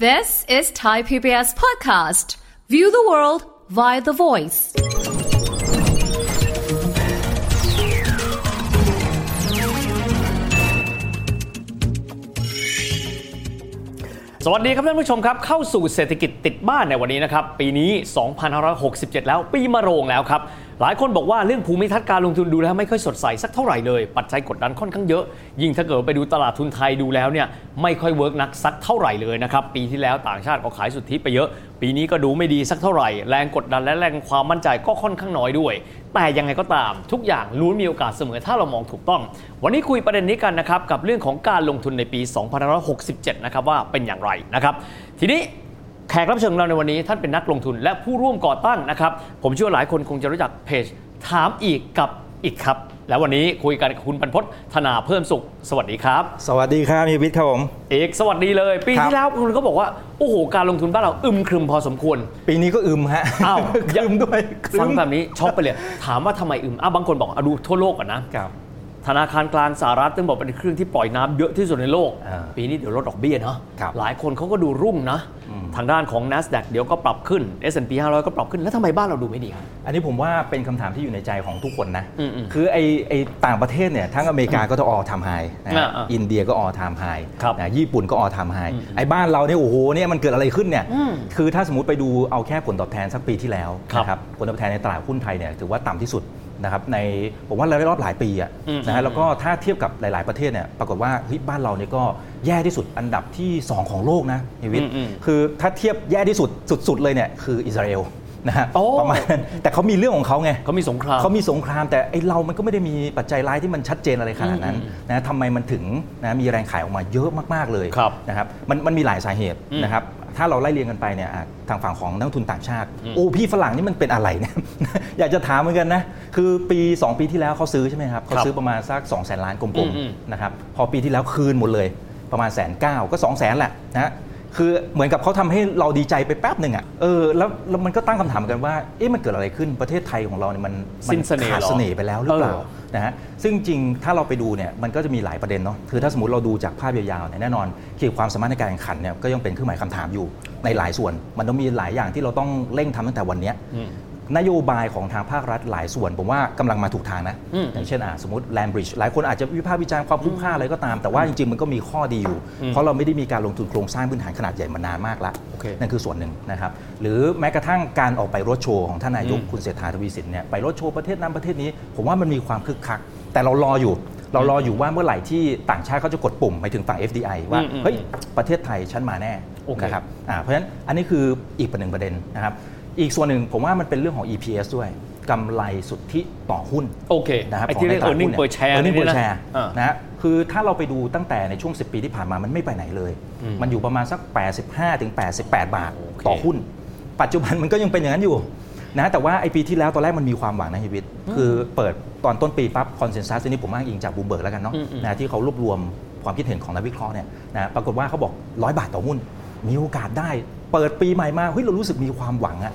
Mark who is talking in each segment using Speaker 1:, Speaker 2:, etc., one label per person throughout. Speaker 1: This is Thai PBS Podcast. View the world via the voice.
Speaker 2: สวัสดีครับท่านผู้ชมครับเข้าสู่เศรษฐกิจติดบ้านในวันนี้นะครับ ปีนี้ 2567 แล้วปีมะโรงแล้วครับ หลายคนบอกว่าเรื่องภูมิทัศน์การลงทุนดูแล้วไม่ค่อยสดใสสักเท่าไหร่เลย ปัจจัยกดดันค่อนข้างเยอะ ยิ่งถ้าเกิดไปดูตลาดทุนไทยดูแล้วเนี่ยไม่ค่อยเวิร์กนักสักเท่าไหร่เลยนะครับ ปีที่แล้วต่างชาติก็ขายสุทธิไปเยอะ ปีนี้ก็ดูไม่ดีสักเท่าไหร่ แรงกดดันและแรงความมั่นใจก็ค่อนข้างน้อยด้วย แต่ยังไงก็ตาม ทุกอย่างล้วนมีโอกาสเสมอถ้าเรามองถูกต้อง วันนี้คุยประเด็นนี้กันนะครับกับเรื่องของการลงทุนในปี 2567 นะครับว่าเป็นอย่างไรนะครับ ทีนี้แขกรับเชิญของเราในวันนี้ท่านเป็นนักลงทุนและผู้ร่วมก่อตั้งนะครับ ผมเชื่อว่าหลายคนคงจะรู้จักเพจถามอีกกับอีกครับ แล้ววันนี้คุยกันกับคุณบรรพตธนาเพิ่มสุข สวัสดีครับ
Speaker 3: สวัสดีครับพี่วิทย์ครับผม
Speaker 2: เอกสวัสดีเลย ปี
Speaker 3: ครับ
Speaker 2: ที่แล้วคุณก็บอกว่าโอ้โหการลงทุนบ้านเราอึมครึมพอสมควร
Speaker 3: ปีนี้ก็อึมฮะ
Speaker 2: อ้าว
Speaker 3: ครึมด้วยครึม
Speaker 2: ฟังแบบนี้ช็อกไปเลยถามว่าทำไมอึมอ่ะบางคนบอกอะดูทั่วโลกก่อนนะ
Speaker 3: ครับ
Speaker 2: ธนาคารกลางสหรัฐต้องบอกเป็นเครื่องที่ปล่อยน้ำเยอะที่สุดในโลก
Speaker 3: อ่า
Speaker 2: ปีนี้เดี๋ยวลดดอกเบี้ยเนาะ
Speaker 3: ครับ
Speaker 2: หลายคนเขาก็ดูรุ่งนะ ทางด้านของ N a s d a q เดี๋ยวก็ปรับขึ้น S&P 500 ก็ปรับขึ้น แล้วทำไมบ้านเราดูไม่ดีครับ
Speaker 3: อันนี้ผมว่าเป็นคำถามที่อยู่ในใจของทุกคนนะ
Speaker 2: อืมอืม
Speaker 3: คือไอไอต่างประเทศเนี่ยทั้งอเมริกาก็ต้องออทำไฮนะฮะ
Speaker 2: อ่าอ่า
Speaker 3: อินเดียก็ออทำไฮ
Speaker 2: ครับ
Speaker 3: นะญี่ปุ่นก็ออทำไฮไอบ้านเราเนี่ยโอ้โหเนี่ยมันเกิดอะไรขึ้นเนี่ย
Speaker 2: อืม
Speaker 3: คือถ้าสมมติไปดูเอาแค่ผลตอบแทนสักปีที่แล้ว
Speaker 2: ครับ
Speaker 3: นะผลตอบแทนในตลาดหุ้นไทยเนี่ยถือว่าต่ำที่สุดนะครับในผมว่าเราได้รอบหลายปีอะ
Speaker 2: อืม
Speaker 3: นะฮะแล้วก็ถ้าเทียบกับหลาย ๆประเทศเนี่ยปรากฏว่าเฮ้ยบ้านเราเนี่ยก็แย่ที่สุดอันดับที่สองของโลกนะเฮวิท
Speaker 2: อืมอืม
Speaker 3: คือถ้าเทียบแย่ที่สุดสุด ๆ เลยเนี่ยคืออิสราเอลนะฮะ
Speaker 2: โอ้
Speaker 3: ประมาณนั้น แต่เขามีเรื่องของเขาไง
Speaker 2: เขามีสงคราม
Speaker 3: เขามีสงครามแต่ไอเรามันก็ไม่ได้มีปัจจัยร้ายที่มันชัดเจนอะไรขนาดนั้นนะทำไมมันถึงนะมีแรงขายออกมาเยอะมากๆเลย
Speaker 2: ครับ
Speaker 3: นะครับมันมันมีหลายสาเหตุ
Speaker 2: อืม
Speaker 3: นะครับถ้าเราไล่เรียงกันไปเนี่ยอ่ะทางฝั่งของนักลงทุนต่างชาติ
Speaker 2: อืม
Speaker 3: โอ้พี่ฝรั่งนี่มันเป็นอะไรเนี่ย อยากจะถามเหมือนกันนะ คือปี 2 ปีที่แล้วเขาซื้อใช่ไหมครับเขาซื้อประมาณสัก2 0 0แสนล้านกลม
Speaker 2: อืม
Speaker 3: ๆนะครับพอปีที่แล้วคืนหมดเลยประมาณแสนเก้าก็2 0 0แสนแหละนะคือเหมือนกับเขาทำให้เราดีใจไปแป๊บหนึ่งอ่ะเออแล้วแล้วมันก็ตั้งคำถามกันว่าเอ๊ะมันเกิดอะไรขึ้นประเทศไทยของเราเนี่ยมัน มั
Speaker 2: สิ้นเสน่ห์
Speaker 3: ขาด
Speaker 2: เหรอ
Speaker 3: เสน่ห์ไปแล้วหรือเปล่า
Speaker 2: เออ
Speaker 3: นะฮะซึ่งจริงถ้าเราไปดูเนี่ยมันก็จะมีหลายประเด็นเนาะคือถ้าสมมติเราดูจากภาพยาวๆเนี่ยแน่นอนเกี่ยวกับความสามารถในการแข่งขันเนี่ยก็ยังเป็นเครื่องหมายคำถามอยู่ในหลายส่วน มันต้องมีหลายอย่างที่เราต้องเร่งทำตั้งแต่วันเนี้ย
Speaker 2: อืม
Speaker 3: นโยบายของทางภาครัฐหลายส่วน ผมว่ากำลังมาถูกทางนะ
Speaker 2: อืม
Speaker 3: อย่างเช่นอ่ะสมมติแลนบริดจ์หลายคนอาจจะวิพากษ์วิจารณ์ความคุ้มค่าอะไรก็ตาม แต่ว่าจริงๆมันก็มีข้อดีอยู่ เพราะเราไม่ได้มีการลงทุนโครงสร้างพื้นฐานขนาดใหญ่มานานมากละ
Speaker 2: โอเค
Speaker 3: นั่น นั่นคือส่วนหนึ่งนะครับหรือแม้กระทั่งการออกไปรถโชว์ของท่านนายก
Speaker 2: อืม
Speaker 3: คุณเศรษฐาทวีสินเนี่ยไปรถโชว์ประเทศนั้นประเทศนี้ ผมว่ามันมีความคึกคัก แต่เรารออยู่ เรารออยู่ว่าเมื่อไหร่ที่ต่างชาติเขาจะกดปุ่มไปถึงฝั่ง FDI ว่า
Speaker 2: อืมอืม
Speaker 3: เฮ้ยประเทศไทยฉันมาแน่
Speaker 2: โอเค
Speaker 3: นะครับอ่าเพราะฉะนั้นอันนี้คืออีกประเด็นประเด็นนะครับอีกส่วนหนึ่งผมว่ามันเป็นเรื่องของ EPS ด้วยกำไรสุทธิต่อหุ้น
Speaker 2: โอเค
Speaker 3: นะครับ
Speaker 2: ไอ้ที่เรียก earning per share
Speaker 3: เออร์เน็งเปอร์แช
Speaker 2: นี่
Speaker 3: ร์
Speaker 2: นะอ่าน
Speaker 3: นะฮะคือถ้าเราไปดูตั้งแต่ในช่วง 10 ปีที่ผ่านมามันไม่ไปไหนเลย
Speaker 2: อืม
Speaker 3: มันอยู่ประมาณสัก 85ถึง88 บาท
Speaker 2: โอเค
Speaker 3: ต่อหุ้น ปัจจุบันมันก็ยังเป็นอย่างนั้นอยู่นะแต่ว่าไอปีที่แล้วตอนแรกมันมีความหวังนะฮิวิตคือเปิดตอนต้นปีปั๊บคอนเซนแซสนี้ผมอ้างอิงจากบูมเบิร์กแล้วกันเนาะ
Speaker 2: อืมอืม
Speaker 3: นะที่เขารวบรวมความคิดเห็นของนักวิเคราะห์เนี่ยนะปรากฏว่าเขาบอก 100 บาทต่อหุ้น มีโอกาสได้ เปิดปีใหม่มาเฮ้ยเรารู้สึกมีความหวังอะ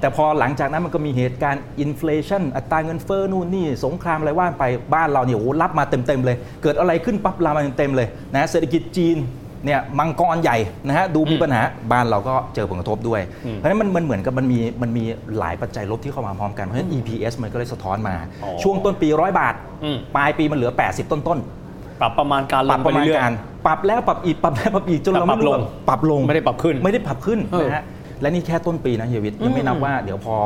Speaker 3: แต่พอหลังจากนั้นมันก็มีเหตุการณ์อินฟล t ชันอัตราเงินเฟ้อนู่นนี่ สงครามอะไรว่านไปบ้านเราเนี่ยโอ้โหรับมาเต็ม ๆ เลย เกิดอะไรขึ้นปั๊บรับมาเต็ม ๆ เลยนะเศรษฐกิจจีนเนี่ยมังกรใหญ่นะฮะดูมีปัญหาบ้านเราก็เจอผลกระทบด้วย
Speaker 2: อืม
Speaker 3: เพราะฉะนั้นมันมันเหมือนกับมันมีมันมีหลายปัจจัยลบที่เข้ามาพร้อมกัน เพราะฉะนั้น EPS มันก็เลยสะท้อนมา
Speaker 2: อ๋อ
Speaker 3: ช่วงต้นปี 100 บาท
Speaker 2: อืม
Speaker 3: ปลายปีมันเหลือ 80 ต้นๆ
Speaker 2: ปรับประมาณการล
Speaker 3: ปรับ
Speaker 2: ง
Speaker 3: ป
Speaker 2: ไประ
Speaker 3: มาณ
Speaker 2: เรื่อย
Speaker 3: การปรับแล้วปรับอีกปรับแล้วปรับอีกจน
Speaker 2: แต่
Speaker 3: เราไม่
Speaker 2: ป
Speaker 3: รู้
Speaker 2: รับลง
Speaker 3: ว่าปรับลง
Speaker 2: ไม่ได้ปรับขึ้น
Speaker 3: ไม่ได้ปรับขึ้น
Speaker 2: เออ
Speaker 3: นะฮะและนี่แค่ต้นปีนะเฮียวิทย์ยังไม่นับว่าเดี๋ยวพอ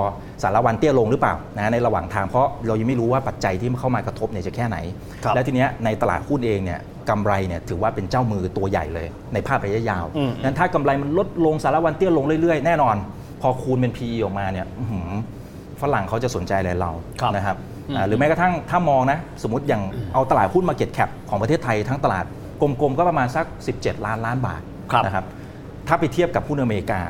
Speaker 3: สารวันเตี้ยลงหรือเปล่านะในระหว่างทางเพราะเรายังไม่รู้ว่าปัจจัยที่เข้ามากระทบเนี่ยจะแค่ไหน
Speaker 2: ครับ
Speaker 3: และทีเนี้ยในตลาดหุ้นเองเนี่ยกำไรเนี่ยถือว่าเป็นเจ้ามือตัวใหญ่เลย ในภาพระยะยาว
Speaker 2: อืม
Speaker 3: นั้นถ้ากำไรมันลดลงสารวันเตี้ยลงเรื่อยๆแน่นอน พอคูณเป็น PE ออกมาเนี่ยอื้อหือฝรั่งเขาจะสนใจอะไรเรา
Speaker 2: ครับ
Speaker 3: นะครับ
Speaker 2: อืม
Speaker 3: อ่าหรือ หรือแม้กระทั่งถ้ามองนะสมมติอย่างเอาตลาดหุ้นมาเก็ตแคปของประเทศไทยทั้งตลาดกลมๆ ก็ประมาณสัก 17 ล้านล้านบาท
Speaker 2: ครับ
Speaker 3: นะครับถ้าไปเทียบกับหุ้นอเมริกา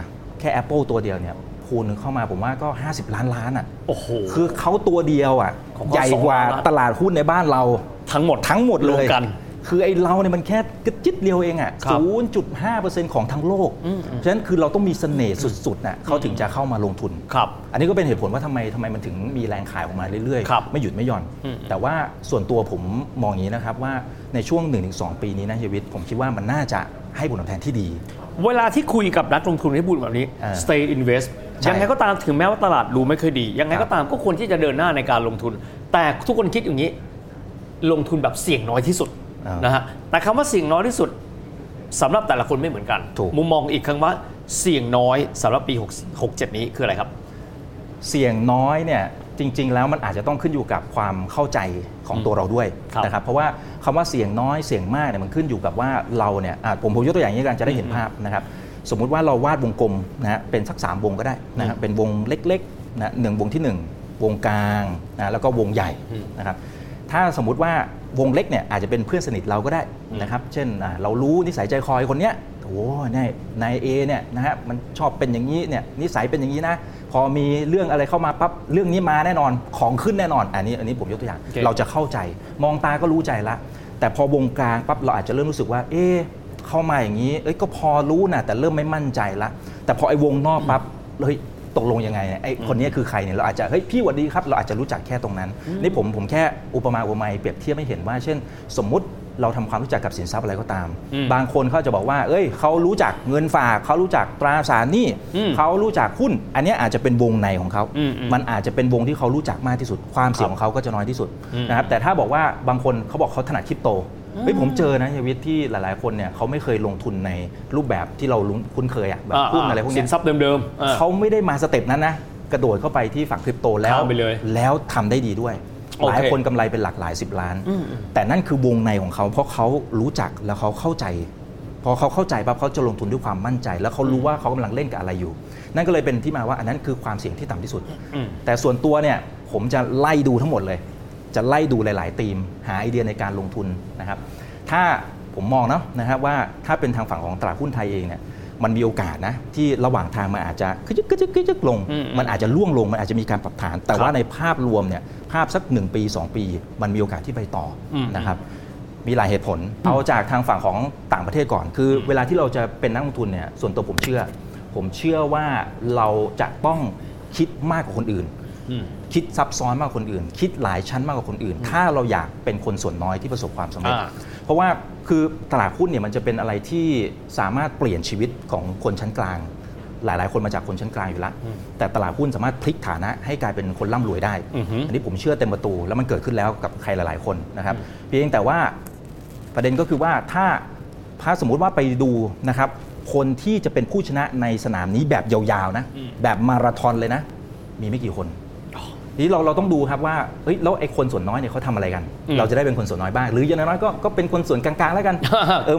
Speaker 3: แค่ Apple ตัวเดียวเนี่ยคูณเข้ามาผมว่าก็ 50 ล้านล้านอ่ะ
Speaker 2: โอ้โห
Speaker 3: คือเขาตัวเดียวอ่ะ
Speaker 2: ของเขา
Speaker 3: ใหญ่กว่า
Speaker 2: สองล้านล้าน
Speaker 3: ตลาดหุ้นในบ้านเรา
Speaker 2: ๆทั้งหมด
Speaker 3: ทั้งหมดเล
Speaker 2: รวย มกัน
Speaker 3: คือไอ้เราเนี่ยมันแค่กระจิตเดียวเองอะ
Speaker 2: ครับ
Speaker 3: ่ะ 0.5%ของทั้งโลก เพราะฉะนั้นคือเราต้องมีเสน่ห์สุดๆน่ะเขาถึงจะเข้ามาลงทุน
Speaker 2: ครับ
Speaker 3: อันนี้ก็เป็นเหตุผลว่าทำไมทำไมมันถึงมีแรงขายออกมาเรื่อย
Speaker 2: ครับ
Speaker 3: ไม่หยุดไม่หย่อน
Speaker 2: อืม
Speaker 3: แต่ว่าส่วนตัวผมมองอย่างนี้นะครับว่าในช่วง 1-2 ปีนี้นะเฮียวิทย์ผมคิดว่ามันน่าจะให้ผลตอบแทนที่ดี
Speaker 2: เวลาที่คุยกับนักลงทุนให้บุญแบบนี้
Speaker 3: เออ
Speaker 2: stay invest
Speaker 3: ใช่
Speaker 2: ยังไงก็ตามถึงแม้ว่าตลาดดูไม่ค่อยดี ยังไง
Speaker 3: ครั
Speaker 2: ก็
Speaker 3: บ
Speaker 2: ตามก็ควรที่จะเดินหน้าในการลงทุน แต่ทุกคนคิดอย่างนี้ ลงทุนแบบเสี่ยงน้อยที่สุด
Speaker 3: เออ
Speaker 2: นะฮะแต่คำว่าเสี่ยงน้อยที่สุดสำหรับแต่ละคนไม่เหมือนกัน
Speaker 3: ถูก
Speaker 2: มุมมองอีกครั้งว่าเสี่ยงน้อยสำหรับปี6 67 นี้คืออะไรครับ
Speaker 3: เสี่ยงน้อยเนี่ยจริง ๆ แล้วมันอาจจะต้องขึ้นอยู่กับความเข้าใจของตัวเราด้วย
Speaker 2: ครับ
Speaker 3: นะครับเพราะว่าคำว่าเสี่ยงน้อยเสี่ยงมากเนี่ยมันขึ้นอยู่กับว่าเราเนี่ยอ่ะผมผมยกตัวอย่างนี้กันจะได้เห็นภาพนะครับสมมุติว่าเราวาดวงกลมนะฮะเป็นสัก 3 วงก็ได้นะ
Speaker 2: อื
Speaker 3: ฮะ
Speaker 2: ม
Speaker 3: เป็นวงเล็กๆนะหนึ่งวงที่ 1 วงกลางนะแล้วก็วงใหญ่
Speaker 2: อืม
Speaker 3: นะครับถ้าสมมุติว่าวงเล็กเนี่ยอาจจะเป็นเพื่อนสนิทเราก็ได้
Speaker 2: อืม
Speaker 3: นะครับเช่นอ่ะเรารู้นิสัยใจคอยคนเนี้ยโอ้เนี่ยนายเอเนี่ยนะฮะมันชอบเป็นอย่างนี้เนี่ยนิสัยเป็นอย่างนี้นะพอมีเรื่องอะไรเข้ามาปั๊บเรื่องนี้มาแน่นอนของขึ้นแน่นอน อันนี้อันนี้ผมยกตัวอย่าง
Speaker 2: โอเค
Speaker 3: เราจะเข้าใจมองตาก็รู้ใจละ แต่พอวงกลางปั๊บเราอาจจะเริ่มรู้สึกว่า เอ๊ะเข้ามาอย่างนี้ เอ้ยก็พอรู้นะแต่เริ่มไม่มั่นใจละแต่พอไอ้วงนอกปั๊บเฮ้ยตกลงยังไงเนี่ยไอ้คนเนี้ยคือใครเนี่ยเราอาจจะเฮ้ยพี่หวัดดีครับ เราอาจจะรู้จักแค่ตรงนั้น นี่ผมผมแค่อุปมาอุปไมยเปรียบเทียบไม่เห็นว่า เช่น สมมุติเราทำความรู้จักกับสินทรัพย์อะไรก็ตาม
Speaker 2: อืม
Speaker 3: บางคนเขาจะบอกว่า เอ้ยเขารู้จักเงินฝากเขารู้จักตราสารหนี้
Speaker 2: อืม
Speaker 3: เขารู้จักหุ้น อันเนี้ยอาจจะเป็นวงในของเขา
Speaker 2: อืมอืม
Speaker 3: มันอาจจะเป็นวงที่เขารู้จักมากที่สุดความเสี่ยงของเขาก็จะน้อยที่สุด
Speaker 2: อืม
Speaker 3: นะครับ แต่ถ้าบอกว่าบางคนเขาบอกเขาถนัดคริปโต เฮ้ยผมเจอนะเฮียวิทย์ที่หลายๆ คนเนี่ยเขาไม่เคยลงทุนในรูปแบบที่เราลุ้นคุ้นเคยอะแบบหุ้นอะไรพวก
Speaker 2: สิ
Speaker 3: เนี้
Speaker 2: น
Speaker 3: ย
Speaker 2: ทรัพย์เดิมๆอ่า
Speaker 3: เขาไม่ได้มาสเต็ปนั้นนะ กระโดดเข้าไปที่ฝั่งคริปโตแล้ว
Speaker 2: ข้ามไปเลย
Speaker 3: แล้วทำได้ดีด้วย
Speaker 2: โอเค
Speaker 3: หลายคนกำไรเป็นหลักหลายสิบล้าน
Speaker 2: อืมอืม
Speaker 3: แต่นั่นคือวงในของเขาเพราะเขารู้จักแล้วเขาเข้าใจ พอเขาเข้าใจปั๊บเขาจะลงทุนด้วยความมั่นใจ แล้วเขารู้ว่าเขากำลังเล่นกับอะไรอยู่ นั่นก็เลยเป็นที่มาว่าอันนั้นคือความเสี่ยงที่ต่ำที่สุด
Speaker 2: อืม
Speaker 3: แต่ส่วนตัวเนี่ยผมจะไล่ดูทั้งหมดเลย จะไล่ดูหลาย ๆ ธีม หาไอเดียในการลงทุนนะครับ ถ้าผมมองเนาะนะครับว่าถ้าเป็นทางฝั่งของตลาดหุ้นไทยเองเนี่ยมันมีโอกาสนะที่ระหว่างทางมันอาจจะกึกกึกกึกกึกลง
Speaker 2: อืม
Speaker 3: มันอาจจะล่วงลง มันอาจจะมีการปรับฐาน แต่
Speaker 2: ครับ
Speaker 3: ว่าในภาพรวมเนี่ยภาพสัก 1 ปี 2 ปี มันมีโอกาสที่ไปต่ออ
Speaker 2: ม
Speaker 3: นะครับ มีหลายเหตุผล เอาจากทางฝั่งของต่างประเทศก่อน คือเวลาที่เราจะเป็นนักลงทุนเนี่ย ส่วนตัวผมเชื่อ ผมเชื่อว่าเราจะต้องคิดมากกว่าคนอื่น
Speaker 2: อืม
Speaker 3: คิดซับซ้อนมากกว่าคนอื่น คิดหลายชั้นมากกว่าคนอื่น ถ้าเราอยากเป็นคนส่วนน้อยที่ประสบความสำเร็จ
Speaker 2: อ่า
Speaker 3: เพราะว่าคือตลาดหุ้นเนี่ยมันจะเป็นอะไรที่สามารถเปลี่ยนชีวิตของคนชั้นกลาง หลายๆ คนมาจากคนชั้นกลางอยู่แล้วแต่ตลาดหุ้นสามารถพลิกฐานะให้กลายเป็นคนร่ำรวยได้
Speaker 2: อือฮึ
Speaker 3: อันนี้ผมเชื่อเต็มประตูแล้วมันเกิดขึ้นแล้วกับใครหลาย ๆ คนนะครับเพียงแต่ว่าประเด็นก็คือว่าถ้าถ้าสมมุติว่าไปดูนะครับ คนที่จะเป็นผู้ชนะในสนามนี้แบบยาวๆนะแบบมาราธอนเลยนะ มีไม่กี่คน ทีนี้เราเราต้องดูครับว่าเฮ้ยแล้วไอ้คนส่วนน้อยเนี่ยเขาทำอะไรกัน
Speaker 2: อืม
Speaker 3: เราจะได้เป็นคนส่วนน้อยบ้าง หรืออย่างน้อยๆก็ก็เป็นคนส่วนกลางๆแล้วกัน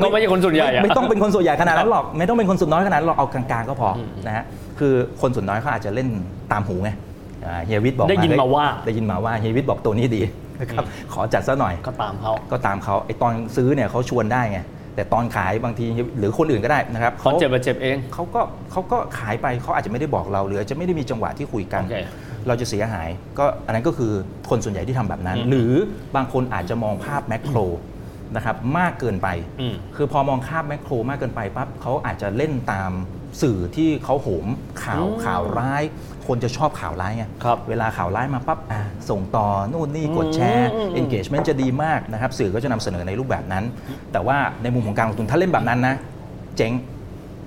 Speaker 2: ก็ไม่ใช่คนส่วนใหญ่อะ
Speaker 3: ไม่ไม่ต้องเป็นคนส่วนใหญ่ขนาดนั้นหรอกไม่ต้องเป็นคนส่วนน้อยขนาดนั้นเราเอากลางๆก็พออนะฮะคือคนส่วนน้อยเขาอาจจะเล่นตามหูไงอ่าเฮียวิทย์บอก
Speaker 2: ได้ยินมาว่า
Speaker 3: ได้ยินมาว่าเฮียวิทย์บอกตัวนี้ดีนะครับขอจัดซะหน่อย
Speaker 2: ก็ตามเขา
Speaker 3: ก็ตามเขาไอ้ตอนซื้อเนี่ยเขาชวนได้ไงแต่ตอนขายบางทีหรือคนอื่นก็ได้นะครับ
Speaker 2: เขาเจ็บมาเจ็บเอง
Speaker 3: เขาก็เขาก็ขายไปเขาอาจจะไม่ได้บอกเราหรืออาจจะไม่ได้มีจังหวะที่คุยกัน
Speaker 2: โอเค
Speaker 3: เราจะเสียหายก็อันนั้นก็คือคนส่วนใหญ่ที่ทำแบบนั้น
Speaker 2: อืม
Speaker 3: หรือบางคนอาจจะมองภาพแมกโครนะครับมากเกินไป
Speaker 2: อืม
Speaker 3: คือพอมองภาพแมกโครมากเกินไปปั๊บเขาอาจจะเล่นตามสื่อที่เขาโหมข่าว
Speaker 2: อืม
Speaker 3: ข่าวร้าย คนจะชอบข่าวร้ายไง
Speaker 2: ครับ
Speaker 3: เวลาข่าวร้ายมาปั๊บอ่ะส่งต่อนู่นนี่กดแชร์
Speaker 2: อืม
Speaker 3: engagement จะดีมากนะครับสื่อก็จะนำเสนอในรูปแบบนั้น แต่ว่าในมุมของการลงทุนถ้าเล่นแบบนั้นนะ เจ๊ง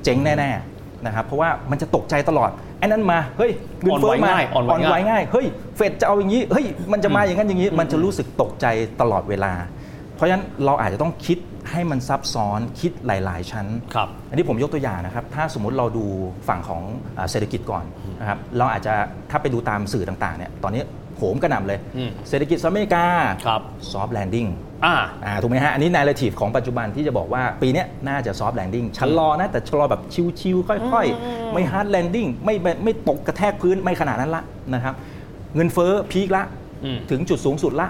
Speaker 3: เจ๊งแน่ ๆ นะครับ เพราะว่ามันจะตกใจตลอดไอ้นั้นมา เฮ้ยเงินเฟ้อมา
Speaker 2: อ่อนไหวง่ายอ่อนไหวง่าย
Speaker 3: ง่าย เฮ้ย เฟดจะเอาอย่างนี้ เฮ้ย มันจะมาอย่างนั้นอย่างนี้ มันจะรู้สึกตกใจตลอดเวลา เพราะฉะนั้นเราอาจจะต้องคิดให้มันซับซ้อนคิดหลาย ๆ ชั้น
Speaker 2: ครับ
Speaker 3: อันนี้ผมยกตัวอย่างนะครับ ถ้าสมมติเราดูฝั่งของอ่าเศรษฐกิจก่อนนะครับ เราอาจจะถ้าไปดูตามสื่อต่าง ๆ เนี่ย ตอนนี้โหมกระหน่ำเลย
Speaker 2: อืม
Speaker 3: เศรษฐกิจสหรัฐอเมริกา
Speaker 2: ครับ
Speaker 3: soft landing
Speaker 2: อ่า
Speaker 3: อ่าถูกไหมฮะ อันนี้นา r a ทีฟของปัจจุบันที่จะบอกว่าปีเนี้ยน่าจะซอฟต์แลนดิ้งชะลอนะ แต่ชะลอแบบชิวๆค่อยๆ ไม่ฮาร์ดแลนดิ้งไม่ไม่ไม่ตกกระแทกพื้นไม่ขนาดนั้นละนะครับ เงินเฟ้อพีคละ
Speaker 2: อืม
Speaker 3: ถึงจุดสูงสุดละ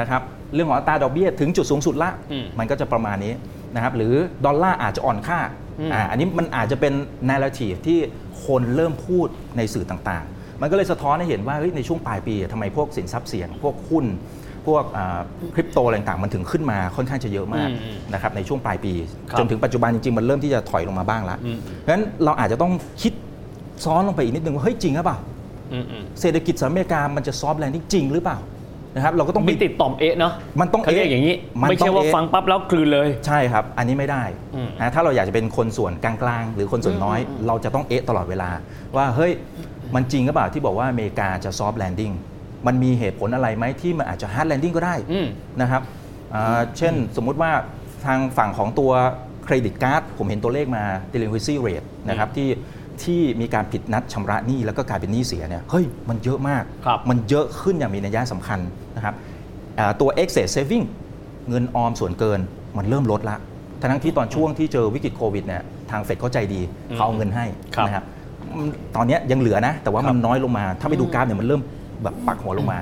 Speaker 3: นะครับ เรื่องของอัตราดอกเบี้ยถึงจุดสูงสุดละ
Speaker 2: อืม
Speaker 3: มันก็จะประมาณนี้นะครับ หรือดอลลาร์อาจจะอ่อนค่า
Speaker 2: อืม
Speaker 3: อ่า อันนี้มันอาจจะเป็นนา r a ทีฟที่คนเริ่มพูดในสื่อต่างๆ มันก็เลยสะท้อนให้เห็นว่าเฮ้ยในช่วงปลายปีอะทำไมพวกสินทรัพย์เสี่ยง พวกหุ้น พวกอ่าคริปโตอะไรต่างๆ มันถึงขึ้นมาค่อนข้างจะเยอะมาก
Speaker 2: อืมอืม
Speaker 3: นะครับในช่วงปลายปี
Speaker 2: ครับ
Speaker 3: จนถึงปัจจุบันจริงๆ มันเริ่มที่จะถอยลงมาบ้างแล้ว
Speaker 2: อืม
Speaker 3: เพราะฉะนั้นเราอาจจะต้องคิดซ้อนลงไปอีกนิดนึงว่าเฮ้ยจริงหรือเปล่า
Speaker 2: อืมอืม
Speaker 3: เศรษฐกิจสหรัฐอเมริกามันจะซอฟต์แลนดิ้งจริงหรือเปล่า นะครับเราก็ต้องไป
Speaker 2: มีติดต่อมเอะเนาะ
Speaker 3: มันต้อง
Speaker 2: เขาเรียก
Speaker 3: เอ๊ะ
Speaker 2: อย่างนี้
Speaker 3: มัน
Speaker 2: ไม่
Speaker 3: ต้อ
Speaker 2: ใช่
Speaker 3: ง
Speaker 2: ว่า
Speaker 3: เอ๊ะ
Speaker 2: ฟังปั๊บแล้วกลืนเลย
Speaker 3: ใช่ครับ อันนี้ไม่ได้
Speaker 2: อืม
Speaker 3: นะถ้าเราอยากจะเป็นคนส่วนกลางๆ หรือคนส่วนน้อย เราจะต้องเอะตลอดเวลา ว่าเฮ้ย มันจริงหรือเปล่าที่บอกว่าอเมริกาจะซอฟต์แลนดิ้งมันมีเหตุผลอะไรไหมที่มันอาจจะฮาร์ดแลนดิ้งก็ได้
Speaker 2: อืม
Speaker 3: นะครับอ่าเช่นสมมุติว่าทางฝั่งของตัวเครดิตการ์ดผมเห็นตัวเลขมา delinquency rate นะครับที่ที่มีการผิดนัดชำระหนี้แล้วก็กลายเป็นหนี้เสียเนี่ยเฮ้ยมันเยอะมาก
Speaker 2: ครับ
Speaker 3: มันเยอะขึ้นอย่างมีนัยยะสำคัญนะครับอ่าตัว excess saving เงินออมส่วนเกินมันเริ่มลดละ ทั้งๆที่ตอนช่วงที่เจอวิกฤตโควิดเนี่ยทางเฟดเขาใจดี
Speaker 2: อืม
Speaker 3: เขาเอาเงินให้
Speaker 2: ครับ
Speaker 3: นะครับอืมตอนเนี้ยยังเหลือนะ แต่ว่ามั
Speaker 2: ค
Speaker 3: น
Speaker 2: รับ
Speaker 3: น้อยลงมา ถ้าไปดูกราฟเนี่ยมันเริ่มแบบปักหัวลงมา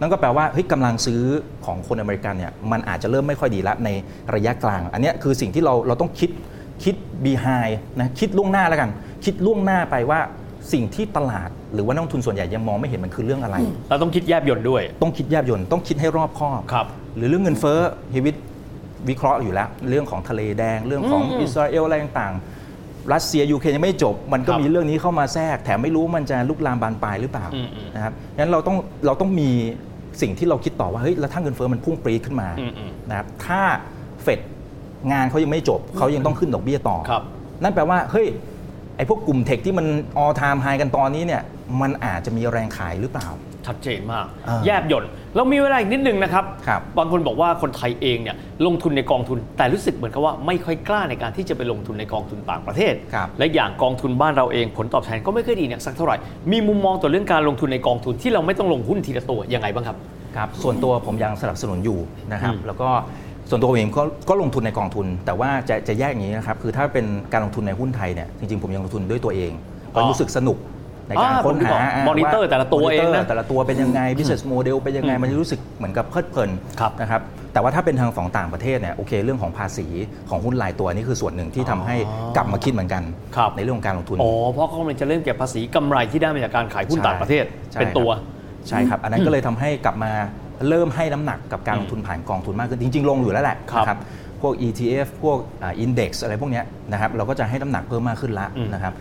Speaker 3: นั่นก็แปลว่าเฮ้ยกำลังซื้อของคนอเมริกันเนี่ยมันอาจจะเริ่มไม่ค่อยดีละในระยะกลาง อันเนี้ยคือสิ่งที่เราเราต้องคิดคิด behind นะคิดล่วงหน้าแล้วกัน คิดล่วงหน้าไปว่าสิ่งที่ตลาด หรือว่านักลงทุนส่วนใหญ่ยังมองไม่เห็นมันคือเรื่องอะไร
Speaker 2: เราต้องคิดแยบยนด้วย
Speaker 3: ต้องคิดแยบยนต์ต้องคิดให้รอบคอบ
Speaker 2: ครับ
Speaker 3: หรือเรื่องเงินเฟ้อเฮยวิทย์วิเคราะห์อยู่แล้ว เรื่องของทะเลแดง เรื่องของ
Speaker 2: อืม
Speaker 3: อิสราเอลอะไรต่างๆ รัสเซียยูเครนยังไม่จบ มันก็
Speaker 2: ครับ
Speaker 3: มีเรื่องนี้เข้ามาแทรก แถมไม่รู้มันจะลุกลามบานปลายหรือเปล่า
Speaker 2: อืมอืม
Speaker 3: นะครับงั้นเราต้องเราต้องมีสิ่งที่เราคิดต่อว่าเฮ้ยแล้วถ้าเงินเฟ้อมันพุ่งปรีดขึ้นมา
Speaker 2: อืมอืม
Speaker 3: นะครับถ้าเฟดงานเขายังไม่จบเขายังต้องขึ้นดอกเบี้ยต่อ
Speaker 2: ครับ
Speaker 3: นั่นแปลว่า เฮ้ย ไอ้พวกกลุ่มเทคที่มันออทามไฮกันตอนนี้เนี่ยมันอาจจะมีแรงขายหรือเปล่า
Speaker 2: ชัดเจนมาก
Speaker 3: อ่า
Speaker 2: แยบยนแล้วมีเวลาอีกนิดนึงนะครับ
Speaker 3: ครับ
Speaker 2: งคนบอกว่าคนไทยเองเนี่ยลงทุนในกองทุน แต่รู้สึกเหมือนกับว่าไม่ค่อยกล้าในการที่จะไปลงทุนในกองทุนต่างประเทศ
Speaker 3: ครับ
Speaker 2: และอย่างกองทุนบ้านเราเองผลตอบแทนก็ไม่ค่อยดีเนี่ยสักเท่าไหร่ มีมุมมองต่อเรื่องการลงทุนในกองทุนที่เราไม่ต้องลงหุ้นทีละตัวยังไงบ้างครับ
Speaker 3: ครับส่วนตัวผมยังสนับสนุนอยู่นะครับ
Speaker 2: อืม
Speaker 3: แล้วก็ส่วนตัวผมเองก็ก็ลงทุนในกองทุน แต่ว่าจะจะแยกอย่างนี้นะครับคือถ้าเป็นการลงทุนในหุ้นไทยเนี่ยจริงๆผมยังลงทุนด้วยตัวเองเพ
Speaker 2: อ๋
Speaker 3: ราะ
Speaker 2: อ
Speaker 3: รู้สึกสนุกในการ
Speaker 2: อ่า
Speaker 3: ค้
Speaker 2: ผ
Speaker 3: น
Speaker 2: มนึกอ
Speaker 3: หา
Speaker 2: อก
Speaker 3: า
Speaker 2: monitor
Speaker 3: ว่า
Speaker 2: แต่ละตัว
Speaker 3: monitor
Speaker 2: เองนะ
Speaker 3: แต่ละตัวเป็นยังไง business model เป็นยังไง
Speaker 2: อืม
Speaker 3: มันรู้สึกเหมือนกับเพลิดเพลิน
Speaker 2: ครับ
Speaker 3: นะครับแต่ว่าถ้าเป็นทางฝั่งต่างประเทศเนี่ยโอเคเรื่องของภาษีของหุ้นรายตัวนี่คือส่วนหนึ่งที่ทำให้
Speaker 2: อ๋อก
Speaker 3: ลับมาคิดเหมือนกัน
Speaker 2: ครับ
Speaker 3: ในเรื่องของการลงทุน
Speaker 2: อ๋อเพราะเขามันจะเริ่มเก็บภาษีกำไรที่ได้มาจากการขายหุ้น
Speaker 3: ใช่
Speaker 2: ต่างประเทศ
Speaker 3: ใช่
Speaker 2: เป็นตัว
Speaker 3: ครับ ใช่ครับ อันนั้นก็เลยทำให้กลับมาเริ่มให้น้ำหนักกับการลงทุนผ่านกองทุนมากขึ้น จริง ๆ ลงอยู่แล้วแหละ
Speaker 2: ครับ
Speaker 3: นะพวก ETF พวกอินเด็กซ์อะไรพวกเนี้ยนะครับเราก็จะให้น้ำหนักเพิ่มมากขึ้นละ
Speaker 2: อืม
Speaker 3: นะครับ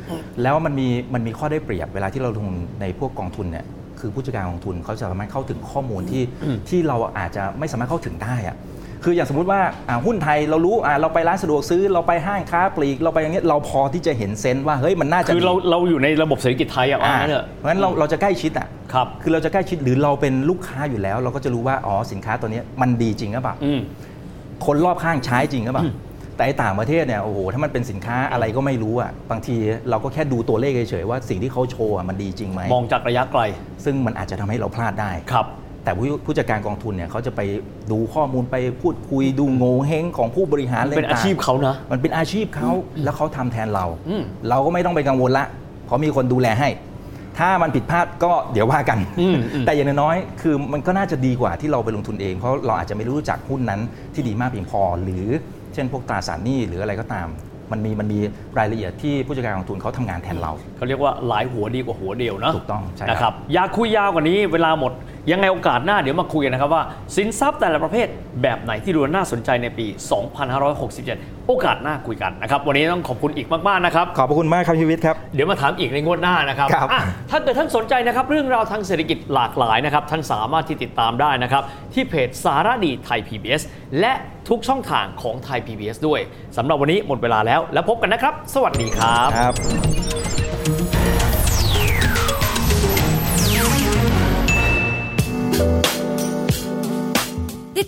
Speaker 3: แล้วมันมีมันมีข้อได้เปรียบเวลาที่เราลงในพวกกองทุนเนี่ยคือผู้จัดการกองทุนเขาจะสามารถเข้าถึงข้อมูลที่ที่เราอาจจะไม่สามารถเข้าถึงได้อะคืออย่างสมมุติว่าอ่าหุ้นไทยเรารู้อ่าเราไปร้านสะดวกซื้อเราไปห้างค้าปลีกเราไปอย่างเงี้ยเราพอที่จะเห็นเซนส์ว่าเฮ้ยมันน่าจะ
Speaker 2: คือ
Speaker 3: ดี
Speaker 2: เราเราอยู่ในระบบเศรษฐกิจไทยอ่ะว่า
Speaker 3: อ่า
Speaker 2: งั้นเถอะ
Speaker 3: เพราะฉะนั้นเราเราจะใกล้ชิดอ่ะ
Speaker 2: ครับ
Speaker 3: คือเราจะใกล้ชิดหรือเราเป็นลูกค้าอยู่แล้ว เราก็จะรู้ว่า อ๋อ สินค้าตัวเนี้ยมันดีจริงหรือเปล่า
Speaker 2: อืม
Speaker 3: คนรอบข้างใช้จริงหรือเปล่าแต่ไอ้ต่างประเทศเนี่ยโอ้โหถ้ามันเป็นสินค้าอะไรก็ไม่รู้อ่ะบางทีเราก็แค่ดูตัวเลขเฉยๆว่าสิ่งที่เขาโชว์อะมันดีจริงไหม
Speaker 2: มองจากระยะไกล
Speaker 3: ซึ่งมันอาจจะทำให้เราพลาดได้
Speaker 2: ครับ
Speaker 3: แต่ผู้ผู้จัดการกองทุนเนี่ยเขาจะไปดูข้อมูลไปพูดคุยดูโงเฮงของผู้บริหารอะไร
Speaker 2: เป็น
Speaker 3: ต่งๆ
Speaker 2: อาชีพเขานะ
Speaker 3: มันเป็นอาชีพเขาแล้วเขาทำแทนเรา
Speaker 2: อืม
Speaker 3: เราก็ไม่ต้องไปกังวลละ เพราะมีคนดูแลให้ ถ้ามันผิดพลาดก็เดี๋ยวว่ากัน
Speaker 2: อืมอืม
Speaker 3: แต่อย่างน้อยๆคือมันก็น่าจะดีกว่าที่เราไปลงทุนเอง เพราะเราอาจจะไม่รู้จักหุ้นนั้นที่ดีมากเพียงพอ หรือเช่นพวกตราสารหนี้หรืออะไรก็ตาม มันมีมันมีรายละเอียดที่ผู้จัดการกองทุนเขาทำงานแทนเรา
Speaker 2: เขาเรียกว่าหลายหัวดีกว่าหัวเดียวนะ
Speaker 3: ถูกต้องใช่ครับ
Speaker 2: นะครับ อยากคุยยาวกว่านี้เวลาหมด ยังไงโอกาสหน้าเดี๋ยวมาคุยกันนะครับว่า สินทรัพย์แต่ละประเภทแบบไหนที่ดูน่าสนใจในปี 2567 โอกาสหน้าคุยกันนะครับ วันนี้ต้องขอบคุณอีกมาก ๆ นะครับ
Speaker 3: ขอบพระคุณมากครับชีวิตครับ
Speaker 2: เดี๋ยวมาถามอีกในงวดหน้านะครับ
Speaker 3: ครับ
Speaker 2: อ่ะถ้าเกิดท่านสนใจนะครับ เรื่องราวทางเศรษฐกิจหลากหลายนะครับ ท่านสามารถที่ติดตามได้นะครับ ที่เพจสาระดีไทย PBS และทุกช่องทางของไทย PBS ด้วยสำหรับวันนี้หมดเวลาแล้ว แล้วพบกันนะครับ สวัสดีครับ
Speaker 3: ครับ
Speaker 4: ติด